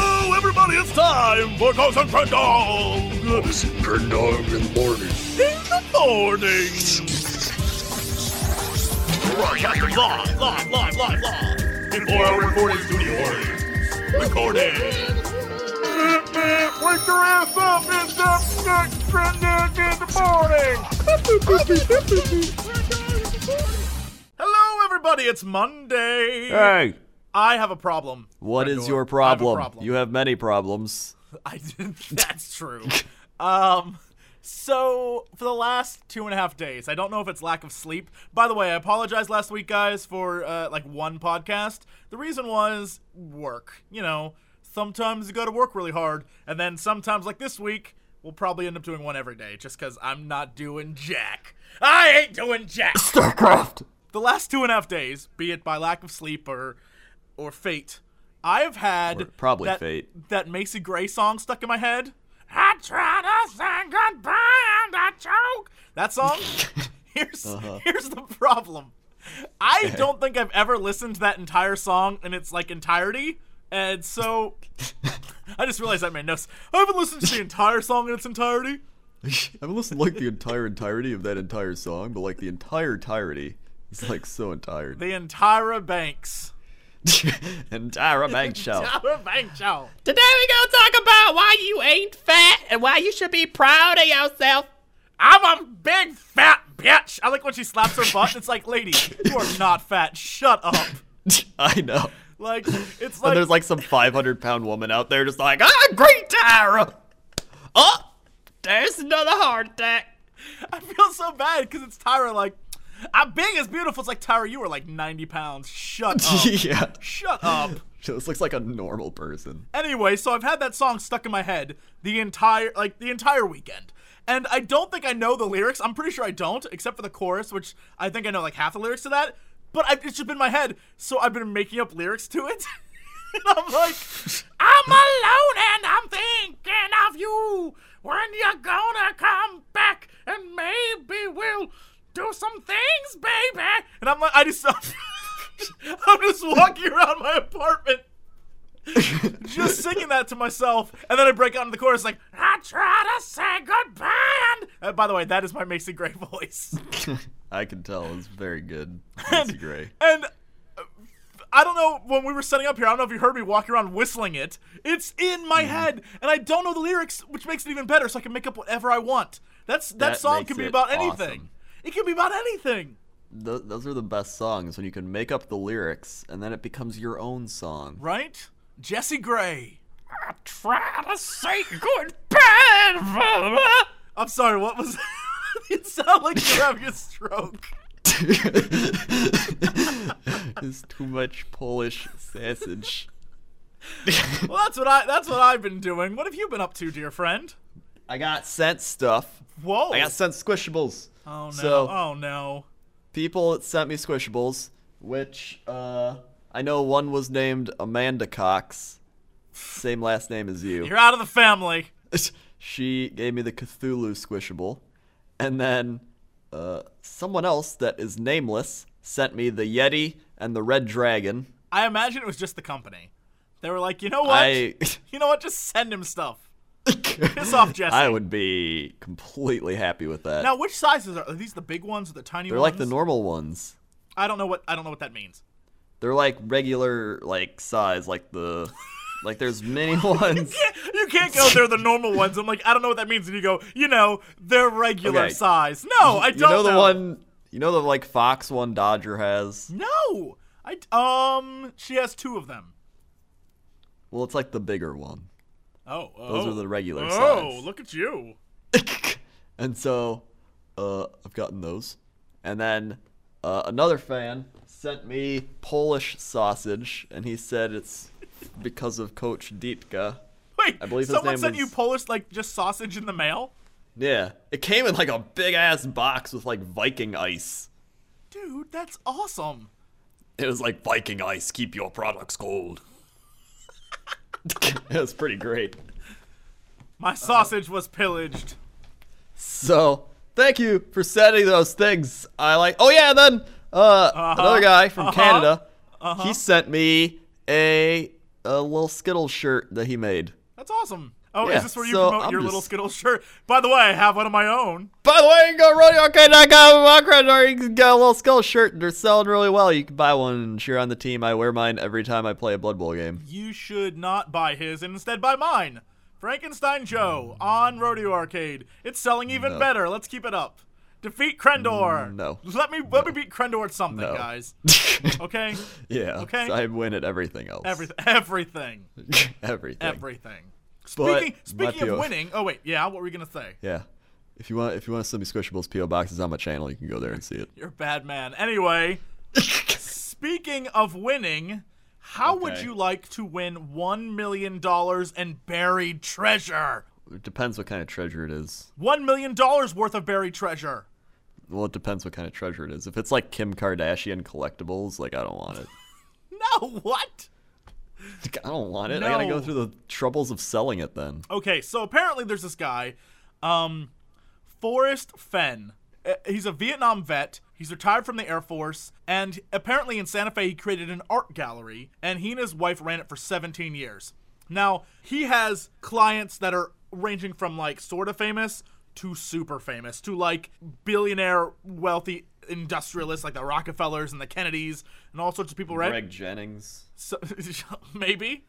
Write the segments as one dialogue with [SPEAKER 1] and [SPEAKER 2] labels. [SPEAKER 1] Now it's time for Cousin Fred Dog.
[SPEAKER 2] Cousin Fred Dog in the morning.
[SPEAKER 1] In the morning. Broadcasting live, live, live, live, live. In our recording studio. Recording.
[SPEAKER 3] Wake your ass up! It's up next Fred Dog in the morning.
[SPEAKER 1] Hello, everybody. It's Monday.
[SPEAKER 4] Hey,
[SPEAKER 1] I have a problem.
[SPEAKER 4] what
[SPEAKER 1] Fred
[SPEAKER 4] is
[SPEAKER 1] Dog. I
[SPEAKER 4] your
[SPEAKER 1] have a
[SPEAKER 4] problem? You have many problems.
[SPEAKER 1] I didn't. That's true. um, so for the last two and a half days, I don't know if it's lack of sleep. By the way, I apologize last week, guys, for uh, like one podcast. The reason was work. You know, sometimes you got to work really hard, and then sometimes, like this week, we'll probably end up doing one every day, just because I'm not doing jack. I ain't doing jack.
[SPEAKER 4] StarCraft!
[SPEAKER 1] the last two and a half days, be it by lack of sleep or or fate, I have had
[SPEAKER 4] Or probably
[SPEAKER 1] that,
[SPEAKER 4] fate.
[SPEAKER 1] that Macy Gray song stuck in my head. I try to sing goodbye and I choke. That song. here's
[SPEAKER 4] Uh-huh.
[SPEAKER 1] here's the problem. I don't think I've ever listened to that entire song in its like entirety, and so I just realized I made notes. I haven't listened to the entire song in its entirety.
[SPEAKER 4] I haven't listened like the entire entirety of that entire song, but like the entire entirety. It's like so entire.
[SPEAKER 1] The entire Banks.
[SPEAKER 4] entire bank show.
[SPEAKER 1] Tyra Banks show.
[SPEAKER 5] Today we gonna talk about why you ain't fat and why you should be proud of yourself.
[SPEAKER 1] I'm a big fat bitch. I like when she slaps her butt. and It's like, lady, you are not fat. Shut up.
[SPEAKER 4] I know.
[SPEAKER 1] Like, it's
[SPEAKER 4] And
[SPEAKER 1] like,
[SPEAKER 4] there's like some 500 pound woman out there just like, ah, great Tyra! Oh, there's another heart attack.
[SPEAKER 1] I feel so bad because it's Tyra. Like, I'm big as beautiful. It's like Tyra, you are like 90 pounds. Shut
[SPEAKER 4] Oh.
[SPEAKER 1] up.
[SPEAKER 4] yeah.
[SPEAKER 1] Shut up.
[SPEAKER 4] This looks like a normal person.
[SPEAKER 1] Anyway, so I've had that song stuck in my head the entire like the entire weekend. And I don't think I know the lyrics. I'm pretty sure I don't, except for the chorus, which I think I know like half the lyrics to that. But I, it's just been in my head, so I've been making up lyrics to it. and I'm like, I'm alone and I'm thinking of you when you're gonna come back, and maybe we'll do some things, baby. And I'm like, I just, I'm just walking around my apartment just singing that to myself, and then I break out into the chorus like, "I try to say goodbye." And Uh, by the way, that is my Macy Gray voice,
[SPEAKER 4] I can tell. It's very good. It's great.
[SPEAKER 1] and uh, I don't know when we were setting up here. I don't know if you heard me walking around whistling it. It's in
[SPEAKER 4] Mm-hmm.
[SPEAKER 1] my head, and I don't know the lyrics, which makes it even better. So I can make up whatever I want. That's that,
[SPEAKER 4] That
[SPEAKER 1] song
[SPEAKER 4] makes
[SPEAKER 1] can be
[SPEAKER 4] it
[SPEAKER 1] about anything.
[SPEAKER 4] awesome.
[SPEAKER 1] It can be about anything.
[SPEAKER 4] Th- those are the best songs when you can make up the lyrics and then it becomes your own song.
[SPEAKER 1] Right? Jesse Gray.
[SPEAKER 5] I try to say goodbye.
[SPEAKER 1] I'm sorry, what was it sounded like you're having a stroke.
[SPEAKER 4] it's too much Polish sausage.
[SPEAKER 1] Well that's what I that's what I've been doing. What have you been up to, dear friend?
[SPEAKER 4] I got sent stuff.
[SPEAKER 1] Whoa.
[SPEAKER 4] I got sent squishables.
[SPEAKER 1] oh no.
[SPEAKER 4] So
[SPEAKER 1] oh no.
[SPEAKER 4] people sent me squishables, which uh, I know one was named Amanda Cox, same last name as you.
[SPEAKER 1] You're out of the family.
[SPEAKER 4] she gave me the Cthulhu squishable, and then uh, someone else that is nameless sent me the Yeti and the Red Dragon.
[SPEAKER 1] I imagine it was just the company. They were like, you know what?
[SPEAKER 4] I
[SPEAKER 1] You know what? Just send him stuff. Piss off, Jesse.
[SPEAKER 4] I would be completely happy with that.
[SPEAKER 1] Now, which sizes are, are these? The big ones or the tiny
[SPEAKER 4] They're
[SPEAKER 1] ones?
[SPEAKER 4] like the normal ones.
[SPEAKER 1] I don't know what I don't know what that means.
[SPEAKER 4] They're like regular like size, like the like there's many ones.
[SPEAKER 1] You can't go. They're the normal ones. I'm like, I don't know what that means. And you go, you know, they're regular
[SPEAKER 4] Okay.
[SPEAKER 1] size. No, I
[SPEAKER 4] You
[SPEAKER 1] don't
[SPEAKER 4] know the one you know the like Fox one Dodger has?
[SPEAKER 1] No, I um. She has two of them.
[SPEAKER 4] Well it's like the bigger one.
[SPEAKER 1] Oh, oh.
[SPEAKER 4] Those are the regular
[SPEAKER 1] Oh,
[SPEAKER 4] size.
[SPEAKER 1] look at you.
[SPEAKER 4] and so uh, I've gotten those. And then uh, another fan sent me Polish sausage, and he said it's because of Coach Dietka.
[SPEAKER 1] Wait,
[SPEAKER 4] I believe his
[SPEAKER 1] someone
[SPEAKER 4] name
[SPEAKER 1] sent you
[SPEAKER 4] was-
[SPEAKER 1] Polish like just sausage in the mail,
[SPEAKER 4] Yeah, it came in like a big ass box with like Viking ice.
[SPEAKER 1] dude. That's awesome.
[SPEAKER 4] It was like Viking ice, keep your products cold. it was pretty great.
[SPEAKER 1] My
[SPEAKER 4] Uh-huh.
[SPEAKER 1] sausage was pillaged.
[SPEAKER 4] So thank you for sending those things. I like. Oh yeah, and then uh, another guy from Canada, he sent me a a little Skittles shirt that he made.
[SPEAKER 1] That's awesome. Oh,
[SPEAKER 4] Yeah,
[SPEAKER 1] is this where you
[SPEAKER 4] so
[SPEAKER 1] promote
[SPEAKER 4] I'm
[SPEAKER 1] your little
[SPEAKER 4] just-
[SPEAKER 1] Skittles shirt? By the way, I have one of my own.
[SPEAKER 4] By the way, you can go to RodeoArcade.com, or you can get a little skull shirt, and they're selling really well. You can buy one and cheer on the team. I wear mine every time I play a Blood Bowl game.
[SPEAKER 1] You should not buy his and instead buy mine. Frankenstein Joe on Rodeo Arcade. It's selling even
[SPEAKER 4] No.
[SPEAKER 1] better. Let's keep it up. Defeat Krendor.
[SPEAKER 4] No.
[SPEAKER 1] Let me let me beat Krendor at something,
[SPEAKER 4] No.
[SPEAKER 1] guys. Okay?
[SPEAKER 4] yeah.
[SPEAKER 1] Okay.
[SPEAKER 4] so I win at everything else.
[SPEAKER 1] everything everything.
[SPEAKER 4] everything.
[SPEAKER 1] Everything.
[SPEAKER 4] But
[SPEAKER 1] Speaking speaking
[SPEAKER 4] Matthew-
[SPEAKER 1] of winning, oh wait, yeah, what were we gonna say?
[SPEAKER 4] Yeah. If you want, if you want to send me Squishables PO boxes on my channel, you can go there and see it.
[SPEAKER 1] You're a bad man. Anyway, speaking of winning, how would
[SPEAKER 4] Okay.
[SPEAKER 1] you like to win one million dollars in buried treasure?
[SPEAKER 4] It depends what kind of treasure it is.
[SPEAKER 1] One million dollars worth of buried treasure.
[SPEAKER 4] Well, it depends what kind of treasure it is. If it's like Kim Kardashian collectibles, like I don't want it.
[SPEAKER 1] No, what?
[SPEAKER 4] I don't want it. I gotta
[SPEAKER 1] No.
[SPEAKER 4] go through the troubles of selling it then.
[SPEAKER 1] Okay, so apparently there's this guy, um, Forrest Fenn. Uh, He's a Vietnam vet. He's retired from the Air Force, and apparently in Santa Fe he created an art gallery, and he and his wife ran it for 17 years. Now he has clients that are ranging from like sort of famous to super famous to like billionaire, wealthy industrialists like the Rockefellers and the Kennedys and all sorts of people, right?
[SPEAKER 4] Greg Jennings.
[SPEAKER 1] So, maybe.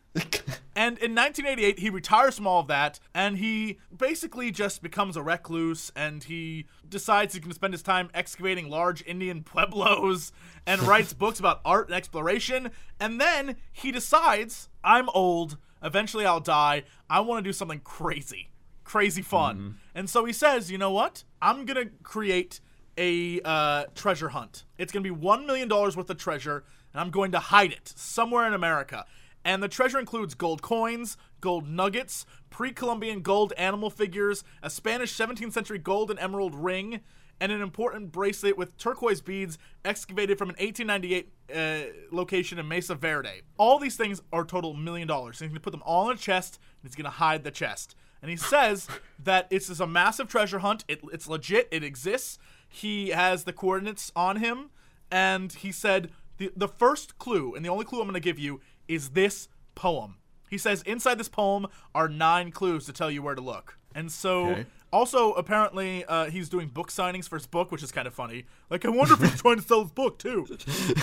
[SPEAKER 1] and in 1988, he retires from all of that, and he basically just becomes a recluse, and he decides he's going to spend his time excavating large Indian pueblos, and writes books about art and exploration. And then he decides, I'm old. Eventually, I'll die. I want to do something crazy, crazy fun. And so he says, you know what? I'm going to create a uh, treasure hunt. It's going to be $1 million worth of treasure, and I'm going to hide it somewhere in America. And the treasure includes gold coins, gold nuggets, pre Columbian gold animal figures, a Spanish 17th century gold and emerald ring, and an important bracelet with turquoise beads excavated from an 1898 uh, location in Mesa Verde. All these things are total million dollars. He's going to put them all in a chest, and he's going to hide the chest. And he says that it's just a massive treasure hunt. It, it's legit. It exists. He has the coordinates on him, and he said the the first clue and the only clue I'm going to give you is this poem. He says inside this poem are nine clues to tell you where to look. And so,
[SPEAKER 4] Okay.
[SPEAKER 1] also apparently, uh, he's doing book signings for his book, which is kind of funny. Like, I wonder if he's trying to sell his book too.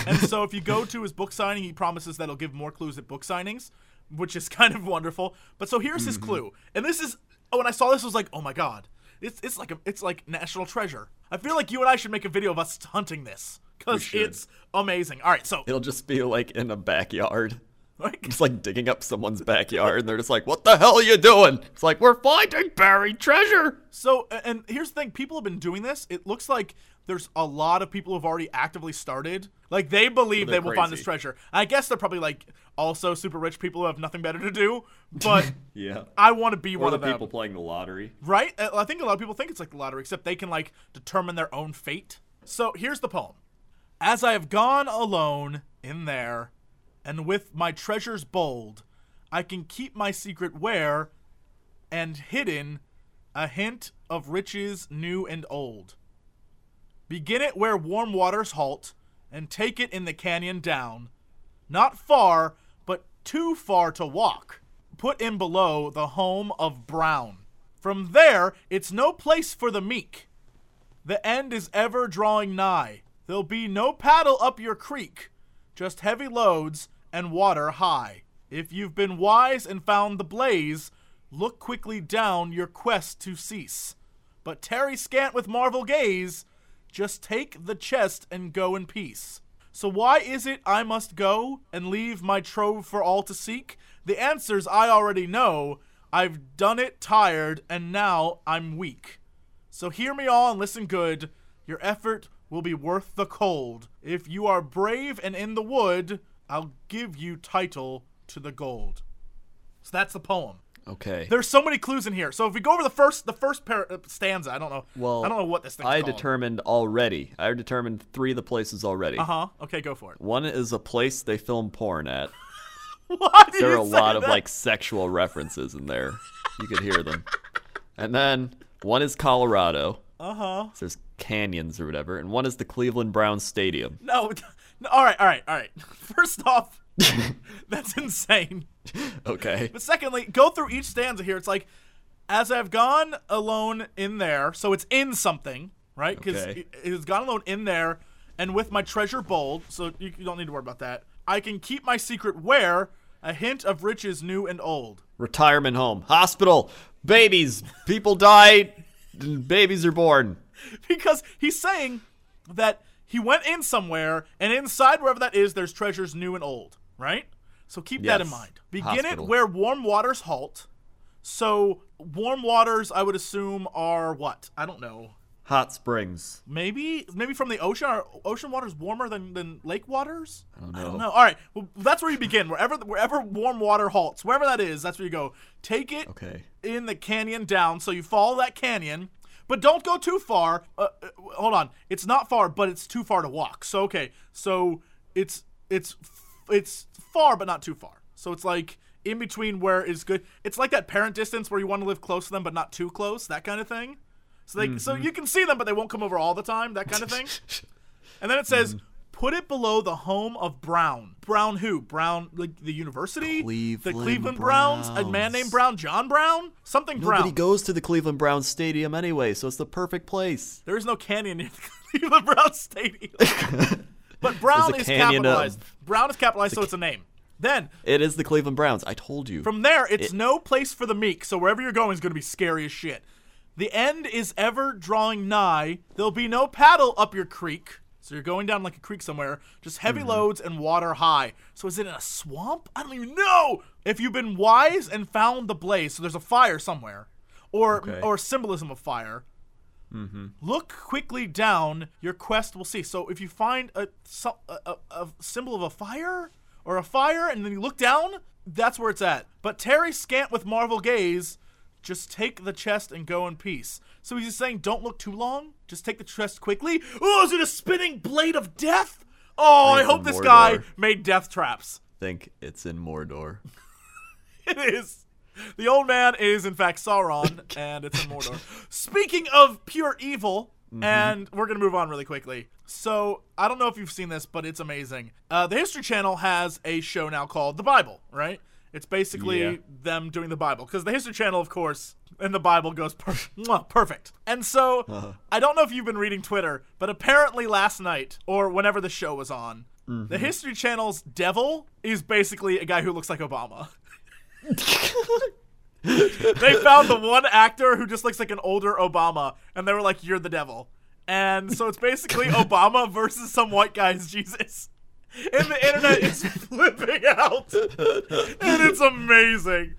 [SPEAKER 1] and so, if you go to his book signing, he promises that he'll give more clues at book signings, which is kind of wonderful. But so here's his clue, and this is oh, and I saw this I was like, oh my god, it's it's like a, it's like national treasure. I feel like you and I should make a video of us hunting this because
[SPEAKER 4] should.
[SPEAKER 1] it's amazing. All right, so
[SPEAKER 4] It'll just be like in a backyard.
[SPEAKER 1] like,
[SPEAKER 4] It's like digging up someone's backyard, and they're just like, "What the hell are you doing?" It's like we're finding buried treasure.
[SPEAKER 1] So, a- and here's the thing: people have been doing this. It looks like there's a lot of people who've already actively started. Like they believe they
[SPEAKER 4] They're
[SPEAKER 1] will find
[SPEAKER 4] crazy.
[SPEAKER 1] this treasure. I guess they're probably like also super rich people who have nothing better to do. But
[SPEAKER 4] Yeah.
[SPEAKER 1] I want to be
[SPEAKER 4] Or
[SPEAKER 1] one
[SPEAKER 4] the
[SPEAKER 1] of them,
[SPEAKER 4] people playing the lottery.
[SPEAKER 1] right? Uh, I think a lot of people think it's like the lottery, except they can like determine their own fate. So here's the poem: As I have gone alone in there, and with my treasures bold, I can keep my secret where and hidden a hint of riches new and old. Begin it where warm waters halt, and take it in the canyon down. Not far, but too far to walk. Put in below the home of Brown. From there, it's no place for the meek. The end is ever drawing nigh. There'll be no paddle up your creek, just heavy loads and water high. If you've been wise and found the blaze, look quickly down your quest to cease. But tarry scant with marvel gaze, just take the chest and go in peace. So why is it I must go and leave my trove for all to seek? The answers I already know. I've done it tired, and now I'm weak. So hear me all and listen good. Your effort will be worth the cold. If you are brave and in the wood, I'll give you title to the gold. So that's the poem.
[SPEAKER 4] Okay.
[SPEAKER 1] There's so many clues in here. So if we go over the first the first par- uh, stanza, I don't know.
[SPEAKER 4] Well,
[SPEAKER 1] I don't know what this thing's
[SPEAKER 4] I
[SPEAKER 1] called.
[SPEAKER 4] determined already. I determined three of the places already.
[SPEAKER 1] Uh huh. Okay, go for it.
[SPEAKER 4] One is a place they film porn at.
[SPEAKER 1] Why did
[SPEAKER 4] There are
[SPEAKER 1] you
[SPEAKER 4] a
[SPEAKER 1] say
[SPEAKER 4] lot of
[SPEAKER 1] that?
[SPEAKER 4] like sexual references in there. You could hear them. And then one is Colorado.
[SPEAKER 1] Uh-huh.
[SPEAKER 4] Uh huh. So there's canyons or whatever, and one is the Cleveland Browns Stadium.
[SPEAKER 1] No, no. All right, all right, all right. First off, That's insane.
[SPEAKER 4] Okay.
[SPEAKER 1] But secondly, go through each stanza here. It's like, as I've gone alone in there, so it's in something, right? Because
[SPEAKER 4] Okay.
[SPEAKER 1] it has gone alone in there, and with my treasure bold, so you, you don't need to worry about that. I can keep my secret where a hint of riches new and old.
[SPEAKER 4] Retirement home, hospital, babies, people die, and babies are born.
[SPEAKER 1] Because he's saying that he went in somewhere, and inside wherever that is, there's treasures new and old, right? So keep that in
[SPEAKER 4] Yes.
[SPEAKER 1] mind. Begin
[SPEAKER 4] Hospital.
[SPEAKER 1] it where warm waters halt. So warm waters, I would assume, are what? I don't know.
[SPEAKER 4] Hot springs.
[SPEAKER 1] Maybe, maybe from the ocean. Are ocean waters warmer than, than lake waters? I
[SPEAKER 4] don't
[SPEAKER 1] I don't
[SPEAKER 4] know.
[SPEAKER 1] know. All right, well, that's where you begin. Wherever wherever warm water halts, wherever that is, that's where you go. Take it
[SPEAKER 4] Okay.
[SPEAKER 1] in the canyon down. So you follow that canyon, but don't go too far. Uh, uh, hold on, it's not far, but it's too far to walk. So okay, so it's it's f- it's far, but not too far. So it's like in between where is good. It's like that parent distance where you want to live close to them, but not too close. That kind of thing. So they so you can see them, but they won't come over all the time. That kind of thing. And then it says, put it below the home of Brown. Brown who? Brown, like the university?
[SPEAKER 4] Cleveland
[SPEAKER 1] the Cleveland Browns, A man named Brown, John Brown? Something
[SPEAKER 4] Nobody
[SPEAKER 1] Brown.
[SPEAKER 4] goes to the Cleveland Browns stadium anyway, so it's the perfect place.
[SPEAKER 1] there is no canyon in Cleveland Brown Stadium. but Brown
[SPEAKER 4] There's a
[SPEAKER 1] is
[SPEAKER 4] canyon uh,
[SPEAKER 1] capitalized.
[SPEAKER 4] of-
[SPEAKER 1] Brown is capitalized, so it's a name. Then,
[SPEAKER 4] It is the Cleveland Browns. I told you.
[SPEAKER 1] from there, it's no place for the meek, so wherever you're going is going to be scary as shit. The end is ever drawing nigh. There'll be no paddle up your creek. So you're going down like a creek somewhere, just heavy
[SPEAKER 4] Mm-hmm.
[SPEAKER 1] loads and water high. So is it in a swamp? I don't even know. If you've been wise and found the blaze, so there's a fire somewhere, or
[SPEAKER 4] Okay.
[SPEAKER 1] or symbolism of fire. Look quickly down. Your quest will see. So if you find a, so- a, a, a symbol of a fire or a fire, and then you look down, that's where it's at. But Terry scant with marvel gaze. Just take the chest and go in peace. So he's just saying, don't look too long. Just take the chest quickly. Oh, is it a spinning blade of death? Oh, I
[SPEAKER 4] It's
[SPEAKER 1] hope
[SPEAKER 4] in
[SPEAKER 1] this
[SPEAKER 4] Mordor.
[SPEAKER 1] guy made death traps.
[SPEAKER 4] think it's in Mordor.
[SPEAKER 1] It is. The old man is, in fact, Sauron, and it's in Mordor. Speaking of pure evil, and we're going to move on really quickly. So, I don't know if you've seen this, but it's amazing. Uh, the History Channel has a show now called The Bible, right? It's basically
[SPEAKER 4] Yeah.
[SPEAKER 1] them doing the Bible. Because the History Channel, of course, and the Bible goes per- mwah, perfect. And so, I don't know if you've been reading Twitter, but apparently last night, or whenever the show was on, the History Channel's devil is basically a guy who looks like Obama. they found the one actor who just looks like an older Obama, and they were like, "You're the devil." And so it's basically Obama versus some white guy's Jesus. And the internet is flipping out, and it's amazing.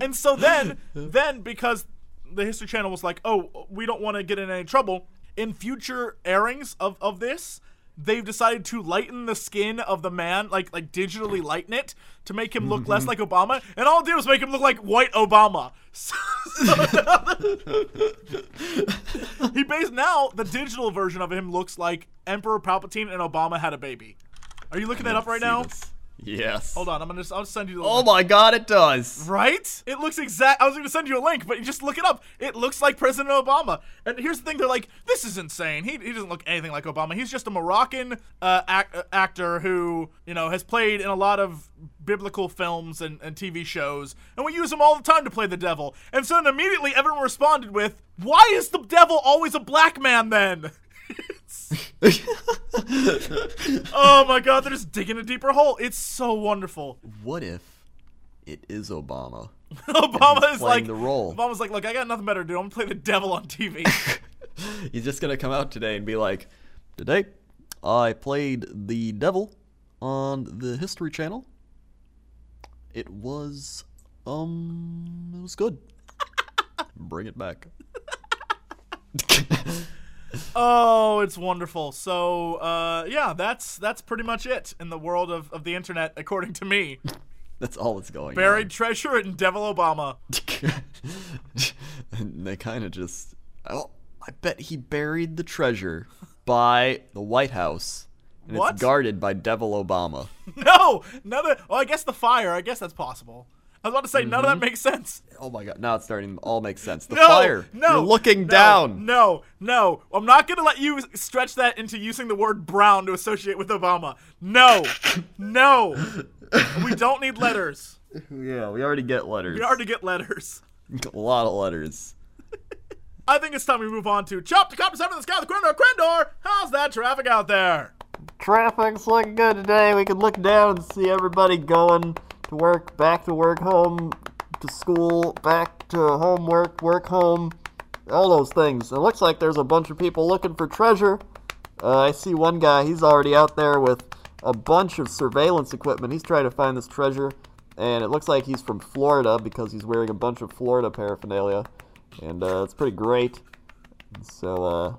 [SPEAKER 1] And so then, then because the History Channel was like, "Oh, we don't want to get in any trouble," in future airings of of this. They've decided to lighten the skin of the man, like like digitally lighten it to make him look less like Obama, and all it did was make him look like white Obama. So- he based now the digital version of him looks like Emperor Palpatine and Obama had a baby. Are you looking that up right
[SPEAKER 4] See
[SPEAKER 1] now?
[SPEAKER 4] this? Yes.
[SPEAKER 1] Hold on, I'm gonna just, I'll just send you the
[SPEAKER 4] Oh
[SPEAKER 1] link.
[SPEAKER 4] my god, it does.
[SPEAKER 1] Right? It looks exact. I was going to send you a link, but you just look it up. It looks like President Obama. And here's the thing: they're like, this is insane. He, he doesn't look anything like Obama. He's just a Moroccan uh, ac- uh, actor who you know has played in a lot of biblical films and, and TV shows, and we use him all the time to play the devil. And so then immediately everyone responded with, "Why is the devil always a black man then?" oh my god, they're just digging a deeper hole. It's so wonderful.
[SPEAKER 4] What if it is Obama?
[SPEAKER 1] Obama
[SPEAKER 4] he's
[SPEAKER 1] is
[SPEAKER 4] playing
[SPEAKER 1] like
[SPEAKER 4] the role.
[SPEAKER 1] Obama's like, look, I got nothing better to do. I'm gonna play the devil on TV.
[SPEAKER 4] He's just gonna come out today and be like, "Today, I played the devil on the History Channel. It was, um, it was good. Bring it back."
[SPEAKER 1] oh, it's wonderful. So uh, yeah, that's that's pretty much it in the world of, of the internet, according to me.
[SPEAKER 4] That's all that's going.
[SPEAKER 1] Buried treasure and Devil Obama.
[SPEAKER 4] On. and they kind of just. Oh, I bet he buried the treasure by the White House, and
[SPEAKER 1] What?
[SPEAKER 4] it's guarded by Devil Obama.
[SPEAKER 1] No, another. Well, I guess the fire. I guess that's possible. I was about to say none of that makes sense.
[SPEAKER 4] Oh my god, now it's starting to all make sense. The
[SPEAKER 1] No,
[SPEAKER 4] fire.
[SPEAKER 1] No,
[SPEAKER 4] You're looking
[SPEAKER 1] no,
[SPEAKER 4] down.
[SPEAKER 1] No, no. I'm not gonna let you stretch that into using the word brown to associate with Obama. No, no. We don't need letters.
[SPEAKER 4] Yeah, we already get letters.
[SPEAKER 1] We already get letters.
[SPEAKER 4] a lot of letters.
[SPEAKER 1] I think it's time we move on to chop to cop to seven in the sky with Crendor. Crendor, how's that traffic out there?
[SPEAKER 4] Traffic's looking good today. We can look down and see everybody going to work, back to work, home to school, back to homework, work home, all those things. It looks like there's a bunch of people looking for treasure. Uh, I see one guy, he's already out there with a bunch of surveillance equipment. He's trying to find this treasure, and it looks like he's from Florida because he's wearing a bunch of Florida paraphernalia, and uh, it's pretty great. So, uh,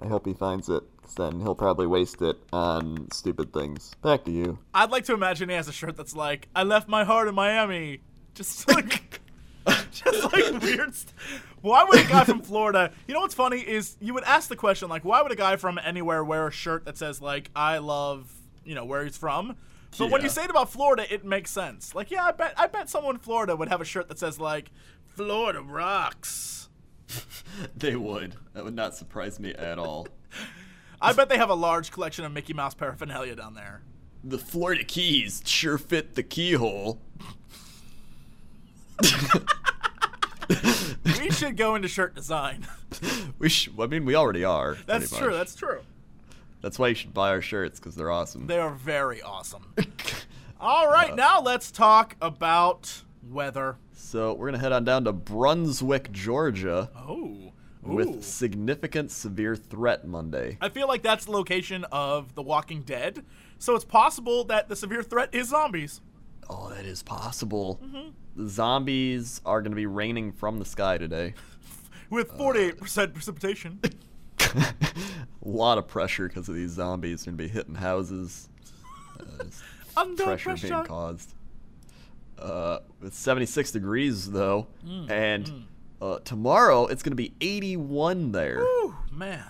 [SPEAKER 4] I hope he finds it, 'cause then he'll probably waste it on stupid things. Back to you.
[SPEAKER 1] I'd like to imagine he has a shirt that's like, "I left my heart in Miami." Just like, just like weird. St- why would a guy from Florida? You know what's funny is you would ask the question like, "Why would a guy from anywhere wear a shirt that says like I love you know where he's from?" But when you
[SPEAKER 4] Yeah.
[SPEAKER 1] say it about Florida, it makes sense. Like, yeah, I bet I bet someone in Florida would have a shirt that says like Florida rocks.
[SPEAKER 4] They would. That would not surprise me at all.
[SPEAKER 1] I bet they have a large collection of Mickey Mouse paraphernalia down there.
[SPEAKER 4] The Florida keys sure fit the keyhole.
[SPEAKER 1] We should go into shirt design.
[SPEAKER 4] We sh- I mean, we already are.
[SPEAKER 1] That's
[SPEAKER 4] pretty
[SPEAKER 1] true.
[SPEAKER 4] much.
[SPEAKER 1] That's true.
[SPEAKER 4] That's why you should buy our shirts because they're awesome.
[SPEAKER 1] They are very awesome. All right,
[SPEAKER 4] Uh,
[SPEAKER 1] now let's talk about weather.
[SPEAKER 4] so we're gonna head on down to Brunswick, Georgia,
[SPEAKER 1] Oh.
[SPEAKER 4] with significant severe threat Monday.
[SPEAKER 1] I feel like that's the location of The Walking Dead, so it's possible that the severe threat is zombies.
[SPEAKER 4] Oh, that is possible.
[SPEAKER 1] Mm-hmm.
[SPEAKER 4] The zombies are gonna be raining from the sky today. Uh,
[SPEAKER 1] With 48% precipitation.
[SPEAKER 4] A lot of pressure because of these zombies are gonna be hitting houses.
[SPEAKER 1] Under
[SPEAKER 4] pressure, being caused. Uh, it's 76 degrees though,
[SPEAKER 1] Mm,
[SPEAKER 4] and Uh, tomorrow it's gonna be 81 there.
[SPEAKER 1] Whew, man,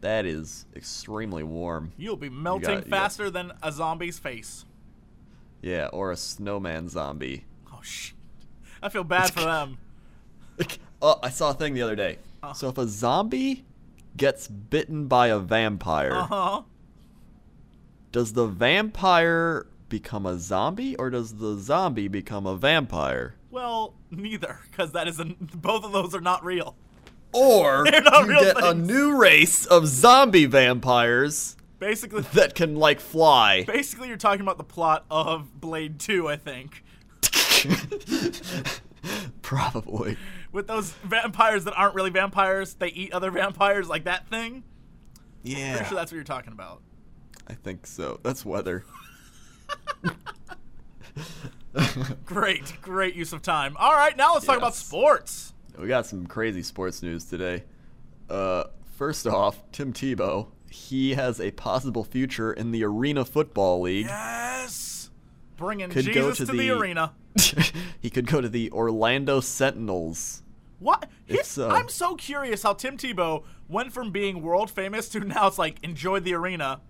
[SPEAKER 4] That is extremely warm.
[SPEAKER 1] you'll be melting
[SPEAKER 4] you got-
[SPEAKER 1] faster than a zombie's face.
[SPEAKER 4] Yeah, or a snowman zombie.
[SPEAKER 1] Oh, shit. I feel bad for them.
[SPEAKER 4] Oh, I saw a thing the other day.
[SPEAKER 1] Ah.
[SPEAKER 4] So if a zombie gets bitten by a vampire,
[SPEAKER 1] Huh?
[SPEAKER 4] does the vampire become a zombie or does the zombie become a vampire?
[SPEAKER 1] Well, neither, because that is an, both of those are not real.
[SPEAKER 4] Or
[SPEAKER 1] They're not
[SPEAKER 4] you
[SPEAKER 1] real
[SPEAKER 4] get a
[SPEAKER 1] things.
[SPEAKER 4] new race of zombie vampires
[SPEAKER 1] Basically,
[SPEAKER 4] that can like fly.
[SPEAKER 1] basically, you're talking about the plot of Blade Two, I think.
[SPEAKER 4] Probably.
[SPEAKER 1] with those vampires that aren't really vampires. They eat other vampires, like that thing.
[SPEAKER 4] Yeah.
[SPEAKER 1] Pretty sure that's what you're talking about.
[SPEAKER 4] I think so. That's weather.
[SPEAKER 1] Great, great use of time. All right, now let's talk about
[SPEAKER 4] Yes.
[SPEAKER 1] sports.
[SPEAKER 4] We got some crazy sports news today. Uh, first off, Tim Tebow. He has a possible future in the Arena Football League.
[SPEAKER 1] Yes, bringing
[SPEAKER 4] Could
[SPEAKER 1] Jesus
[SPEAKER 4] go
[SPEAKER 1] to,
[SPEAKER 4] to
[SPEAKER 1] the,
[SPEAKER 4] the-
[SPEAKER 1] arena.
[SPEAKER 4] he could go to the Orlando Sentinels.
[SPEAKER 1] What? Here's-
[SPEAKER 4] so.
[SPEAKER 1] I'm so curious how Tim Tebow went from being world famous to now it's like enjoy the arena.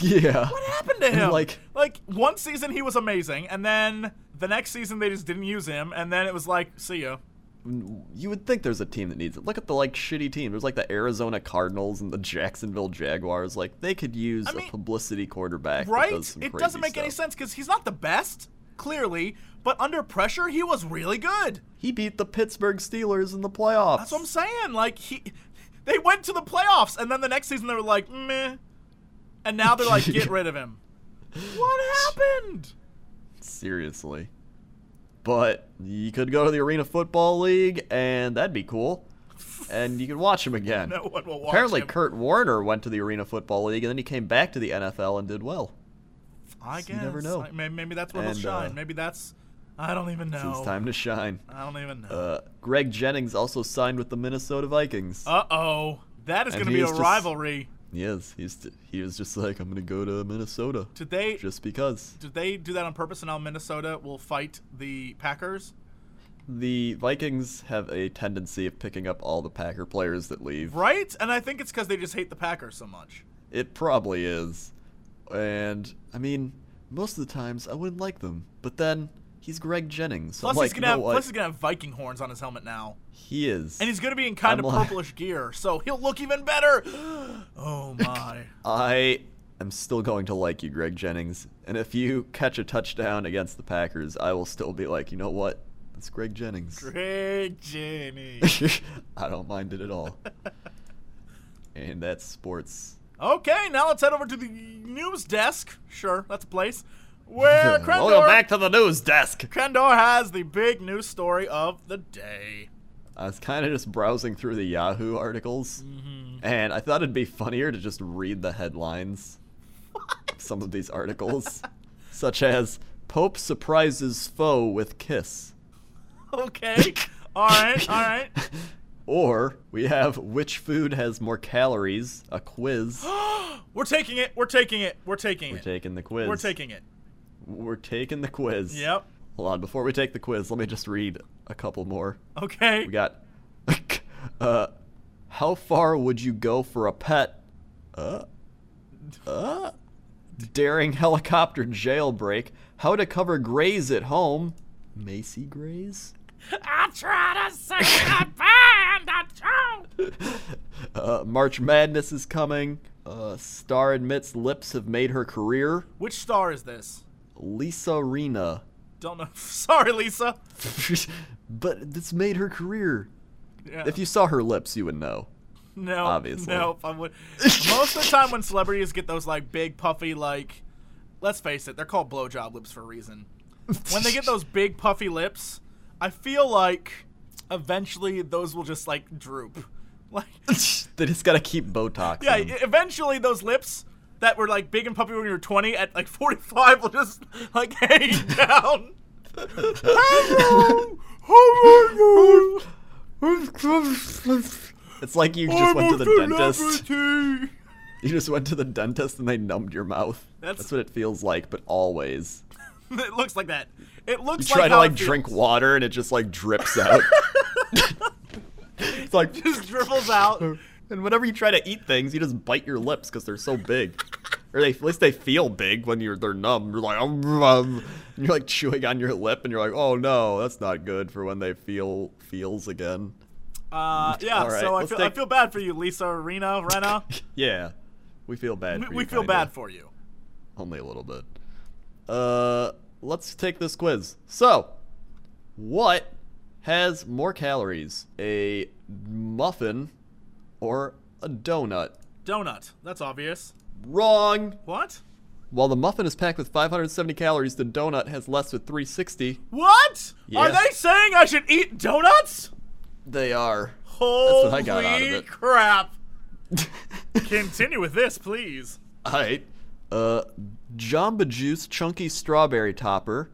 [SPEAKER 4] yeah.
[SPEAKER 1] What happened to
[SPEAKER 4] And,
[SPEAKER 1] him?
[SPEAKER 4] like-
[SPEAKER 1] like one season he was amazing, and then the next season they just didn't use him, and then it was like, see ya.
[SPEAKER 4] You would think there's a team that needs it. Look at the like shitty team. There's like the Arizona Cardinals and the Jacksonville Jaguars. Like they could use
[SPEAKER 1] mean-
[SPEAKER 4] a publicity quarterback. that
[SPEAKER 1] Right?
[SPEAKER 4] does some
[SPEAKER 1] it
[SPEAKER 4] crazy
[SPEAKER 1] doesn't make any
[SPEAKER 4] stuff.
[SPEAKER 1] sense because he's not the best, clearly, but under pressure, he was really good.
[SPEAKER 4] He beat the Pittsburgh Steelers in the playoffs.
[SPEAKER 1] That's what I'm saying. Like, he. They went to the playoffs, and then the next season they were like, meh. And now they're like, get rid of him. What happened?
[SPEAKER 4] Seriously. But you could go to the Arena Football League, and that'd be cool. And you could watch him again.
[SPEAKER 1] No one will watch
[SPEAKER 4] Apparently,
[SPEAKER 1] him.
[SPEAKER 4] Kurt Warner went to the Arena Football League, and then he came back to the NFL and did well.
[SPEAKER 1] I guess.
[SPEAKER 4] you never know.
[SPEAKER 1] I- may- maybe that's where
[SPEAKER 4] And,
[SPEAKER 1] he'll shine.
[SPEAKER 4] uh,
[SPEAKER 1] maybe that's. I don't even know.
[SPEAKER 4] It's time to shine.
[SPEAKER 1] I don't even know.
[SPEAKER 4] Uh, Greg Jennings also signed with the Minnesota Vikings.
[SPEAKER 1] Uh oh. That is
[SPEAKER 4] and
[SPEAKER 1] going to be a
[SPEAKER 4] he's just-
[SPEAKER 1] rivalry.
[SPEAKER 4] he is. He's he was just like, I'm gonna go to Minnesota
[SPEAKER 1] Did they.
[SPEAKER 4] just because.
[SPEAKER 1] did they do that on purpose and now Minnesota will fight the Packers?
[SPEAKER 4] The Vikings have a tendency of picking up all the Packer players that leave.
[SPEAKER 1] Right? And I think it's because they just hate the Packers so much.
[SPEAKER 4] It probably is. And I mean, most of the times I wouldn't like them, but then he's Greg Jennings.
[SPEAKER 1] Plus,
[SPEAKER 4] I'm like,
[SPEAKER 1] he's gonna
[SPEAKER 4] you know
[SPEAKER 1] have,
[SPEAKER 4] what?
[SPEAKER 1] plus he's gonna have Viking horns on his helmet now,
[SPEAKER 4] he is.
[SPEAKER 1] and he's gonna be in kind
[SPEAKER 4] I'm
[SPEAKER 1] of
[SPEAKER 4] like-
[SPEAKER 1] purplish gear, so he'll look even better. Oh my!
[SPEAKER 4] I am still going to like you, Greg Jennings. And if you catch a touchdown against the Packers, I will still be like, you know what? That's Greg Jennings.
[SPEAKER 1] Greg Jenny.
[SPEAKER 4] I don't mind it at all. and that's sports.
[SPEAKER 1] Okay, now let's head over to the news desk. Sure, that's a place. Where
[SPEAKER 4] Welcome
[SPEAKER 1] Krendor,
[SPEAKER 4] back to the news desk.
[SPEAKER 1] Krendor has the big news story of the day.
[SPEAKER 4] I was kind of just browsing through the Yahoo articles,
[SPEAKER 1] Mm-hmm.
[SPEAKER 4] and I thought it'd be funnier to just read the headlines of some of these articles, such as Pope surprises foe with kiss,
[SPEAKER 1] Okay. all right, all right.
[SPEAKER 4] or we have which food has more calories, a quiz.
[SPEAKER 1] We're taking it. We're taking it. We're taking
[SPEAKER 4] We're
[SPEAKER 1] it.
[SPEAKER 4] taking the quiz.
[SPEAKER 1] We're taking it.
[SPEAKER 4] We're taking the quiz.
[SPEAKER 1] Yep.
[SPEAKER 4] Hold on, before we take the quiz, let me just read a couple more.
[SPEAKER 1] Okay.
[SPEAKER 4] We got, uh, how far would you go for a pet? Uh, uh, daring helicopter jailbreak. How to cover grays at home? Macy Grays.
[SPEAKER 5] I try to say goodbye and I don't.
[SPEAKER 4] Uh, March Madness is coming. Uh, star admits lips have made her career.
[SPEAKER 1] Which star is this?
[SPEAKER 4] Lisa Rena.
[SPEAKER 1] Don't know. Sorry, Lisa.
[SPEAKER 4] but this made her career.
[SPEAKER 1] Yeah.
[SPEAKER 4] If you saw her lips, you would know.
[SPEAKER 1] No,
[SPEAKER 4] Obviously.
[SPEAKER 1] no. I would. Most of the time, when celebrities get those like big puffy, like, let's face it, they're called blowjob lips for a reason. When they get those big puffy lips, I feel like eventually those will just like droop. Like,
[SPEAKER 4] they just gotta keep Botox.
[SPEAKER 1] yeah,
[SPEAKER 4] in 'em.
[SPEAKER 1] e- eventually those lips that were like big and puffy when you were 20 at like 45 will just like hang down. Hello, how are you?
[SPEAKER 4] It's like you just went to the
[SPEAKER 1] I'm a
[SPEAKER 4] dentist.
[SPEAKER 1] celebrity.
[SPEAKER 4] You just went to the dentist and they numbed your mouth.
[SPEAKER 1] That's-
[SPEAKER 4] That's, what it feels like, but always.
[SPEAKER 1] It looks like that. It looks
[SPEAKER 4] You try
[SPEAKER 1] like
[SPEAKER 4] to
[SPEAKER 1] how
[SPEAKER 4] like
[SPEAKER 1] it feels.
[SPEAKER 4] drink water and it just like drips out. it's like
[SPEAKER 1] just dribbles out.
[SPEAKER 4] and whenever you try to eat things, you just bite your lips because they're so big. Or they, at least they feel big when you're they're numb. You're like, um, um," and you're like chewing on your lip, and you're like, oh no, that's not good for when they feel feels again.
[SPEAKER 1] Uh, yeah,
[SPEAKER 4] All right,
[SPEAKER 1] so I
[SPEAKER 4] let's
[SPEAKER 1] feel, I
[SPEAKER 4] take-
[SPEAKER 1] feel bad for you, Lisa, Rena, Rena.
[SPEAKER 4] Yeah, we feel bad.
[SPEAKER 1] we
[SPEAKER 4] for you,
[SPEAKER 1] we feel
[SPEAKER 4] kinda.
[SPEAKER 1] bad for you.
[SPEAKER 4] Only a little bit. Uh, let's take this quiz. So, what has more calories, a muffin or a donut?
[SPEAKER 1] Donut. That's obvious.
[SPEAKER 4] Wrong.
[SPEAKER 1] What?
[SPEAKER 4] While the muffin is packed with 570 calories, the donut has less with 360.
[SPEAKER 1] What? Are
[SPEAKER 4] Yeah.
[SPEAKER 1] they saying I should eat donuts?
[SPEAKER 4] They are.
[SPEAKER 1] Holy
[SPEAKER 4] I got out of it.
[SPEAKER 1] crap. Continue with this, please.
[SPEAKER 4] Alright. Uh, Jamba Juice chunky strawberry topper,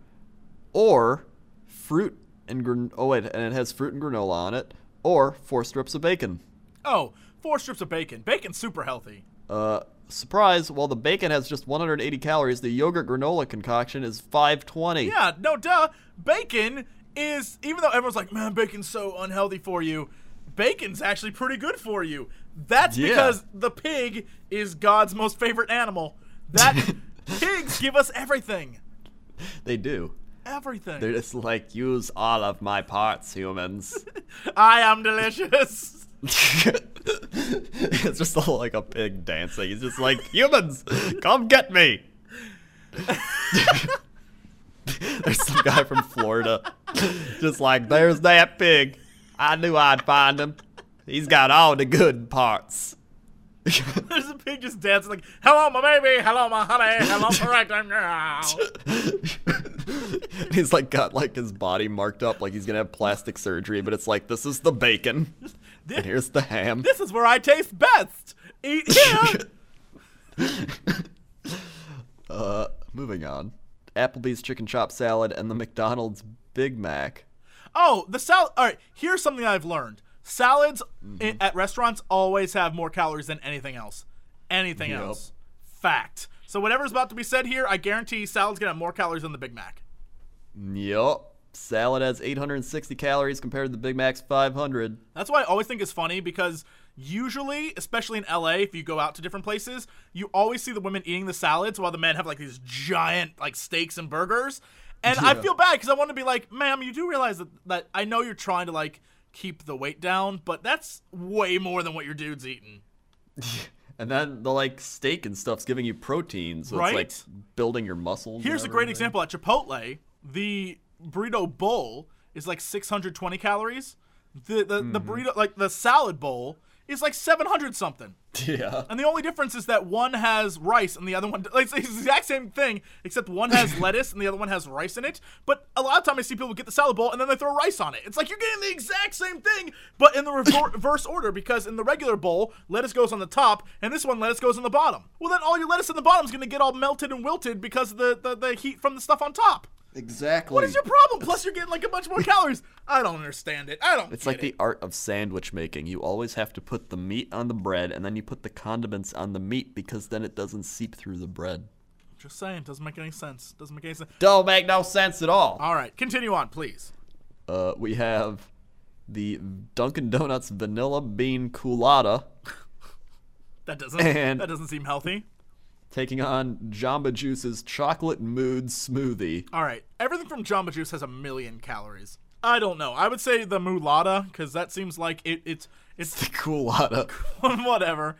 [SPEAKER 4] or fruit and gran- oh wait, and it has fruit and granola on it, or four strips of bacon.
[SPEAKER 1] Oh, four strips of bacon. Bacon's super healthy.
[SPEAKER 4] Uh, surprise, while the bacon has just 180 calories, the yogurt granola concoction is 520.
[SPEAKER 1] Yeah, no duh. Bacon is even though everyone's like, man, bacon's so unhealthy for you, bacon's actually pretty good for you. That's
[SPEAKER 4] Yeah.
[SPEAKER 1] because the pig is God's most favorite animal. That pigs give us everything.
[SPEAKER 4] They do.
[SPEAKER 1] Everything.
[SPEAKER 4] They're just like, use all of my parts, humans.
[SPEAKER 1] I am delicious.
[SPEAKER 4] it's just all like a pig dancing. He's just like, humans, come get me. There's some guy from Florida, just like, there's that pig. I knew I'd find him. He's got all the good parts.
[SPEAKER 1] There's a pig just dancing like, hello my baby, hello my honey, hello correct I'm now.
[SPEAKER 4] he's like got like his body marked up like he's gonna have plastic surgery but it's like this is the bacon and here's the ham
[SPEAKER 1] This is where I taste best. Eat here.
[SPEAKER 4] uh moving on applebee's chicken chop salad and the mcdonald's big mac
[SPEAKER 1] Oh, the salad. All right, here's something I've learned: salads i at restaurants always have more calories than anything else. Anything
[SPEAKER 4] Yep.
[SPEAKER 1] else, fact. So whatever's about to be said here, I guarantee salad's gonna have more calories than the Big Mac.
[SPEAKER 4] yup salad has 860 calories compared to the big mac's 500
[SPEAKER 1] That's why I always think it's funny because usually, especially in LA, if you go out to different places, you always see the women eating the salads while the men have like these giant like steaks and burgers. And I
[SPEAKER 4] Yeah.
[SPEAKER 1] feel bad because I want to be like, ma'am, you do realize that, that I know you're trying to like keep the weight down, but that's way more than what your dude's eating.
[SPEAKER 4] And then the like steak and stuff's giving you protein, so it's
[SPEAKER 1] Right.
[SPEAKER 4] like building your muscles. and
[SPEAKER 1] Here's a great
[SPEAKER 4] everything.
[SPEAKER 1] example at Chipotle. The burrito bowl is like 620 calories. The the, the burrito like the salad bowl is like 700 something.
[SPEAKER 4] Yeah.
[SPEAKER 1] And the only difference is that one has rice and the other one like, it's the exact same thing except one has lettuce and the other one has rice in it. But a lot of time I see people get the salad bowl and then they throw rice on it. It's like you're getting the exact same thing but in the revor- reverse order because in the regular bowl lettuce goes on the top and this one lettuce goes on the bottom. Well then all your lettuce in the bottom is going to get all melted and wilted because of the, the the heat from the stuff on top.
[SPEAKER 4] Exactly.
[SPEAKER 1] What is your problem? Plus you're getting like a bunch more calories. I don't understand it. I don't.
[SPEAKER 4] It's
[SPEAKER 1] get
[SPEAKER 4] like
[SPEAKER 1] it.
[SPEAKER 4] the art of sandwich making. You always have to put the meat on the bread, and then you put the condiments on the meat because then it doesn't seep through the bread.
[SPEAKER 1] just saying doesn't make any sense. Doesn't make any sense.
[SPEAKER 4] Don't make no sense at all.
[SPEAKER 1] All right, continue on, please.
[SPEAKER 4] Uh, we have the Dunkin' Donuts vanilla bean culotta
[SPEAKER 1] That doesn't
[SPEAKER 4] And-
[SPEAKER 1] that doesn't seem healthy.
[SPEAKER 4] taking on Jamba Juice's chocolate mood smoothie.
[SPEAKER 1] All right, everything from Jamba Juice has a million calories. I don't know. I would say the mulata because that seems like it. It's it's
[SPEAKER 4] The culotta.
[SPEAKER 1] whatever.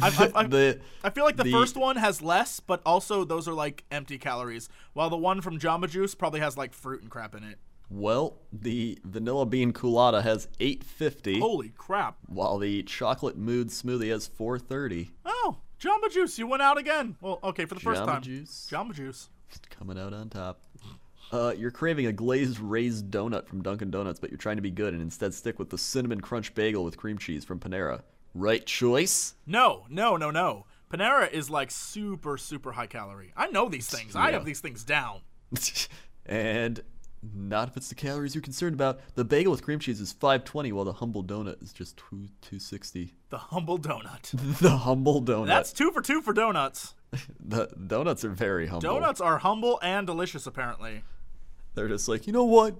[SPEAKER 1] I, I, I,
[SPEAKER 4] the
[SPEAKER 1] I feel like the,
[SPEAKER 4] the-
[SPEAKER 1] first one has less, but also those are like empty calories. While the one from Jamba Juice probably has like fruit and crap in it.
[SPEAKER 4] well, the vanilla bean culotta has 850,
[SPEAKER 1] Holy crap!
[SPEAKER 4] while the chocolate mood smoothie has 430.
[SPEAKER 1] Oh, Jamba Juice, you went out again. Well, okay, for the first
[SPEAKER 4] Jamba
[SPEAKER 1] time.
[SPEAKER 4] Juice.
[SPEAKER 1] Jamba Juice.
[SPEAKER 4] coming out on top. Uh, you're craving a glazed raised donut from Dunkin' Donuts, but you're trying to be good and instead stick with the cinnamon crunch bagel with cream cheese from Panera. Right choice?
[SPEAKER 1] No, no, no, no. Panera is like super, super high calorie. I know these things. I have these things down.
[SPEAKER 4] and not if it's the calories you're concerned about. The bagel with cream cheese is 520, while the humble donut is just two 260.
[SPEAKER 1] The humble donut.
[SPEAKER 4] The humble donut.
[SPEAKER 1] That's two for two for donuts.
[SPEAKER 4] the donuts are very humble.
[SPEAKER 1] Donuts are humble and delicious, apparently.
[SPEAKER 4] They're just like, you know what?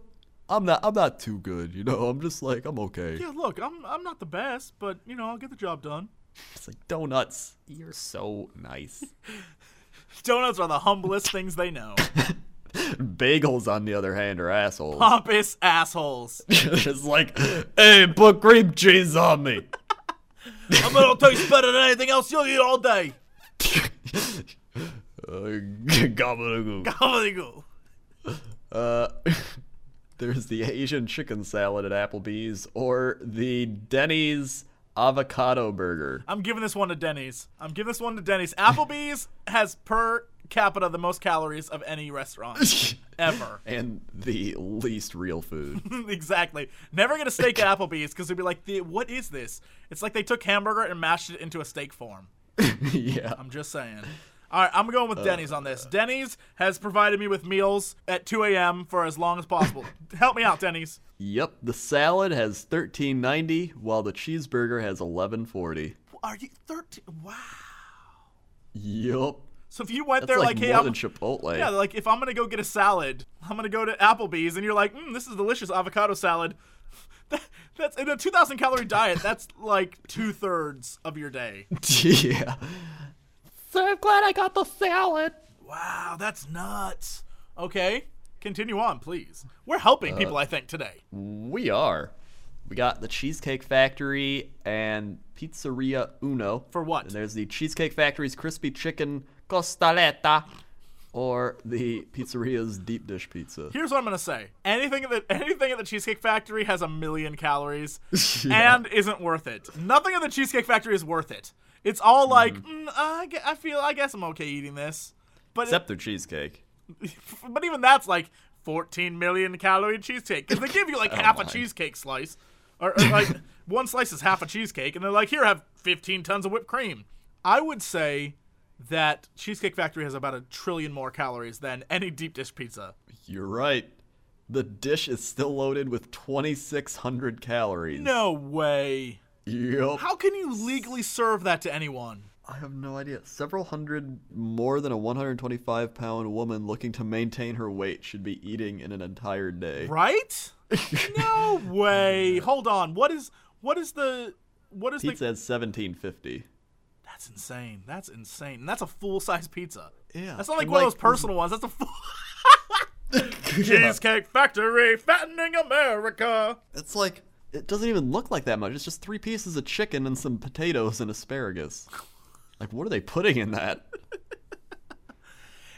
[SPEAKER 4] I'm not. I'm not too good. You know. I'm just like, I'm okay.
[SPEAKER 1] Yeah, look, I'm I'm not the best, but you know I'll get the job done.
[SPEAKER 4] It's like donuts. You're so nice.
[SPEAKER 1] Donuts are the humblest things they know.
[SPEAKER 4] Bagels, on the other hand, are assholes.
[SPEAKER 1] Pompous assholes.
[SPEAKER 4] It's like, hey, put cream cheese on me.
[SPEAKER 1] I'm gonna taste better than anything else you'll eat all day.
[SPEAKER 4] Uh, gobbledygook.
[SPEAKER 1] Gobbledygook.
[SPEAKER 4] Uh, there's the Asian chicken salad at Applebee's or the Denny's avocado burger.
[SPEAKER 1] I'm giving this one to Denny's. I'm giving this one to Denny's. Applebee's has per capita the most calories of any restaurant ever.
[SPEAKER 4] And the least real food.
[SPEAKER 1] exactly. Never get a steak at Applebee's because they'd be like, "The- "What is this?" It's like they took hamburger and mashed it into a steak form.
[SPEAKER 4] yeah.
[SPEAKER 1] I'm just saying. All right, I'm
[SPEAKER 4] Uh,
[SPEAKER 1] going with Denny's on this. Denny's has provided me with meals at 2 a.m. for as long as possible. Help me out, Denny's.
[SPEAKER 4] Yep. The salad has 13.90, while the cheeseburger has 11.40.
[SPEAKER 1] Are you 13? Wow.
[SPEAKER 4] Yep.
[SPEAKER 1] So if you went
[SPEAKER 4] That's
[SPEAKER 1] there
[SPEAKER 4] like,
[SPEAKER 1] like, hey,
[SPEAKER 4] more
[SPEAKER 1] I'm,
[SPEAKER 4] than Chipotle.
[SPEAKER 1] yeah, like if I'm gonna go get a salad, I'm gonna go to Applebee's, and you're like, mm, this is delicious avocado salad. That, that's in a 2,000 calorie diet. That's like two thirds of your day.
[SPEAKER 4] yeah.
[SPEAKER 5] So I'm glad I got the salad.
[SPEAKER 1] Wow, that's nuts. Okay, continue on, please. We're helping
[SPEAKER 4] Uh,
[SPEAKER 1] people, I think, today.
[SPEAKER 4] We are. We got the Cheesecake Factory and Pizzeria Uno.
[SPEAKER 1] For what?
[SPEAKER 4] And there's the Cheesecake Factory's crispy chicken costaletta or the pizzeria's deep dish pizza.
[SPEAKER 1] Here's what I'm gonna say. Anything that anything at the Cheesecake Factory has a million calories
[SPEAKER 4] Yeah.
[SPEAKER 1] and isn't worth it. Nothing at the Cheesecake Factory is worth it. It's all like, mm, I, gue- I feel, I guess I'm okay eating this, but
[SPEAKER 4] Except their cheesecake.
[SPEAKER 1] but even that's like 14 million calorie cheesecake because they give you like half a cheesecake slice, or, or like one slice is half a cheesecake, and they're like, here, have 15 tons of whipped cream. I would say that Cheesecake Factory has about a trillion more calories than any deep dish pizza.
[SPEAKER 4] You're right. The dish is still loaded with 2,600 calories.
[SPEAKER 1] No way.
[SPEAKER 4] Yup.
[SPEAKER 1] How can you legally serve that to anyone?
[SPEAKER 4] I have no idea. Several hundred more than a 125 pound woman looking to maintain her weight should be eating in an entire day.
[SPEAKER 1] Right? No way. Hold on. What is what is the what is
[SPEAKER 4] Pizza
[SPEAKER 1] the
[SPEAKER 4] has 1750.
[SPEAKER 1] That's insane. That's insane. And that's a full size pizza.
[SPEAKER 4] Yeah,
[SPEAKER 1] That's not like
[SPEAKER 4] and
[SPEAKER 1] one
[SPEAKER 4] like-
[SPEAKER 1] of those personal ones. That's a full Cheesecake Factory, fattening America.
[SPEAKER 4] It's like it doesn't even look like that much. It's just three pieces of chicken and some potatoes and asparagus. Like what are they putting in that?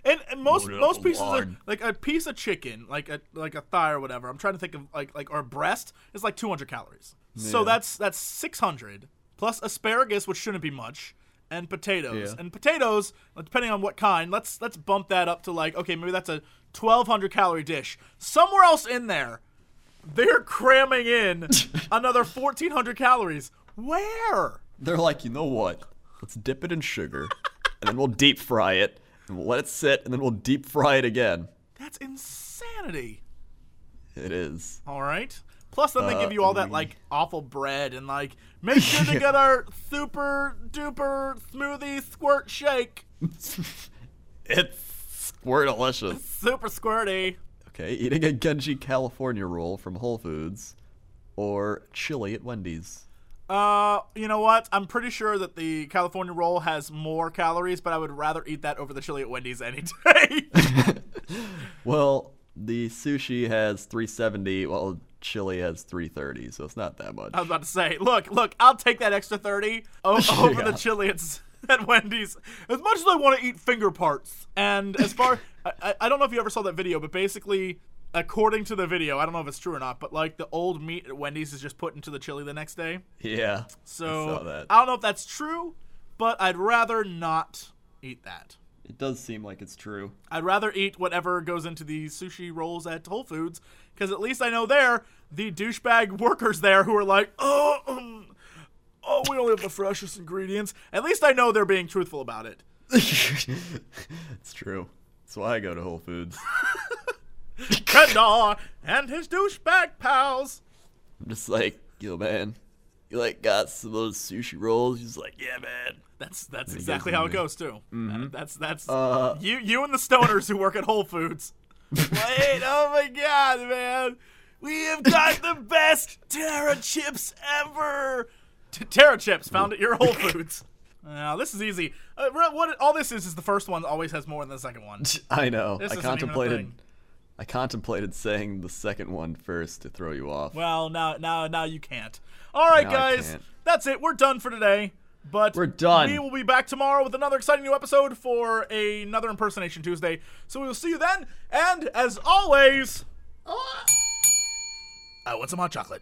[SPEAKER 1] And, and most
[SPEAKER 4] Lord,
[SPEAKER 1] most pieces of,
[SPEAKER 4] Lord.
[SPEAKER 1] like a piece of chicken, like a like a thigh or whatever. I'm trying to think of like like or a breast is like 200 calories. So
[SPEAKER 4] Yeah.
[SPEAKER 1] that's that's 600 plus asparagus, which shouldn't be much, and potatoes.
[SPEAKER 4] Yeah.
[SPEAKER 1] And potatoes, depending on what kind, let's let's bump that up to like okay, maybe that's a 1200 calorie dish. Somewhere else in there, they're cramming in another 1400 calories. Where?
[SPEAKER 4] They're like, you know what? Let's dip it in sugar, and then we'll deep fry it, and we'll let it sit, and then we'll deep fry it again.
[SPEAKER 1] That's insanity.
[SPEAKER 4] It is.
[SPEAKER 1] All right. Plus, then they
[SPEAKER 4] Uh,
[SPEAKER 1] give you all that
[SPEAKER 4] we-
[SPEAKER 1] like awful bread and like make sure to get our super duper smoothie squirt shake,
[SPEAKER 4] It's squirtelicious.
[SPEAKER 1] super squirty.
[SPEAKER 4] Okay, eating a Genji California roll from Whole Foods, or chili at Wendy's.
[SPEAKER 1] Uh, you know what? I'm pretty sure that the California roll has more calories, but I would rather eat that over the chili at Wendy's any day.
[SPEAKER 4] Well, the sushi has 370, while chili has 330, so it's not that much.
[SPEAKER 1] I was about to say, look, look, I'll take that extra thirty o- over
[SPEAKER 4] Yeah.
[SPEAKER 1] the chili at, s- at Wendy's. As much as I want to eat finger parts, and as far I- I, I don't know if you ever saw that video, but basically, according to the video, I don't know if it's true or not, but like the old meat at Wendy's is just put into the chili the next day.
[SPEAKER 4] yeah.
[SPEAKER 1] So
[SPEAKER 4] I saw that.
[SPEAKER 1] I don't know if that's true, but I'd rather not eat that.
[SPEAKER 4] It does seem like it's true.
[SPEAKER 1] I'd rather eat whatever goes into the sushi rolls at Whole Foods because at least I know there the douchebag workers there who are like, oh, um, oh, we only have the freshest ingredients. At least I know they're being truthful about it.
[SPEAKER 4] it's true. That's why I go to Whole Foods.
[SPEAKER 1] Kendar and his douchebag pals.
[SPEAKER 4] I'm just like, yo, man, you like got some of those sushi rolls? He's like, yeah, man.
[SPEAKER 1] That's that's exactly how it goes too. That- that's that's
[SPEAKER 4] Uh,
[SPEAKER 1] you you and the stoners who work at Whole Foods. Wait, oh my god, man. We have got the best Terra chips ever. T- Terra chips found at your Whole Foods. Now this is easy. Uh, re- what all this is is the first one always has more than the second one.
[SPEAKER 4] I know.
[SPEAKER 1] This
[SPEAKER 4] I
[SPEAKER 1] isn't even a
[SPEAKER 4] contemplated.
[SPEAKER 1] thing.
[SPEAKER 4] I contemplated saying the second one first to throw you off.
[SPEAKER 1] Well, now now now you can't. All right,
[SPEAKER 4] Now I
[SPEAKER 1] guys,
[SPEAKER 4] can't.
[SPEAKER 1] that's it. We're done for today. But
[SPEAKER 4] We're done.
[SPEAKER 1] We will be back tomorrow with another exciting new episode for another impersonation Tuesday. So we will see you then. And as always, I want some hot chocolate.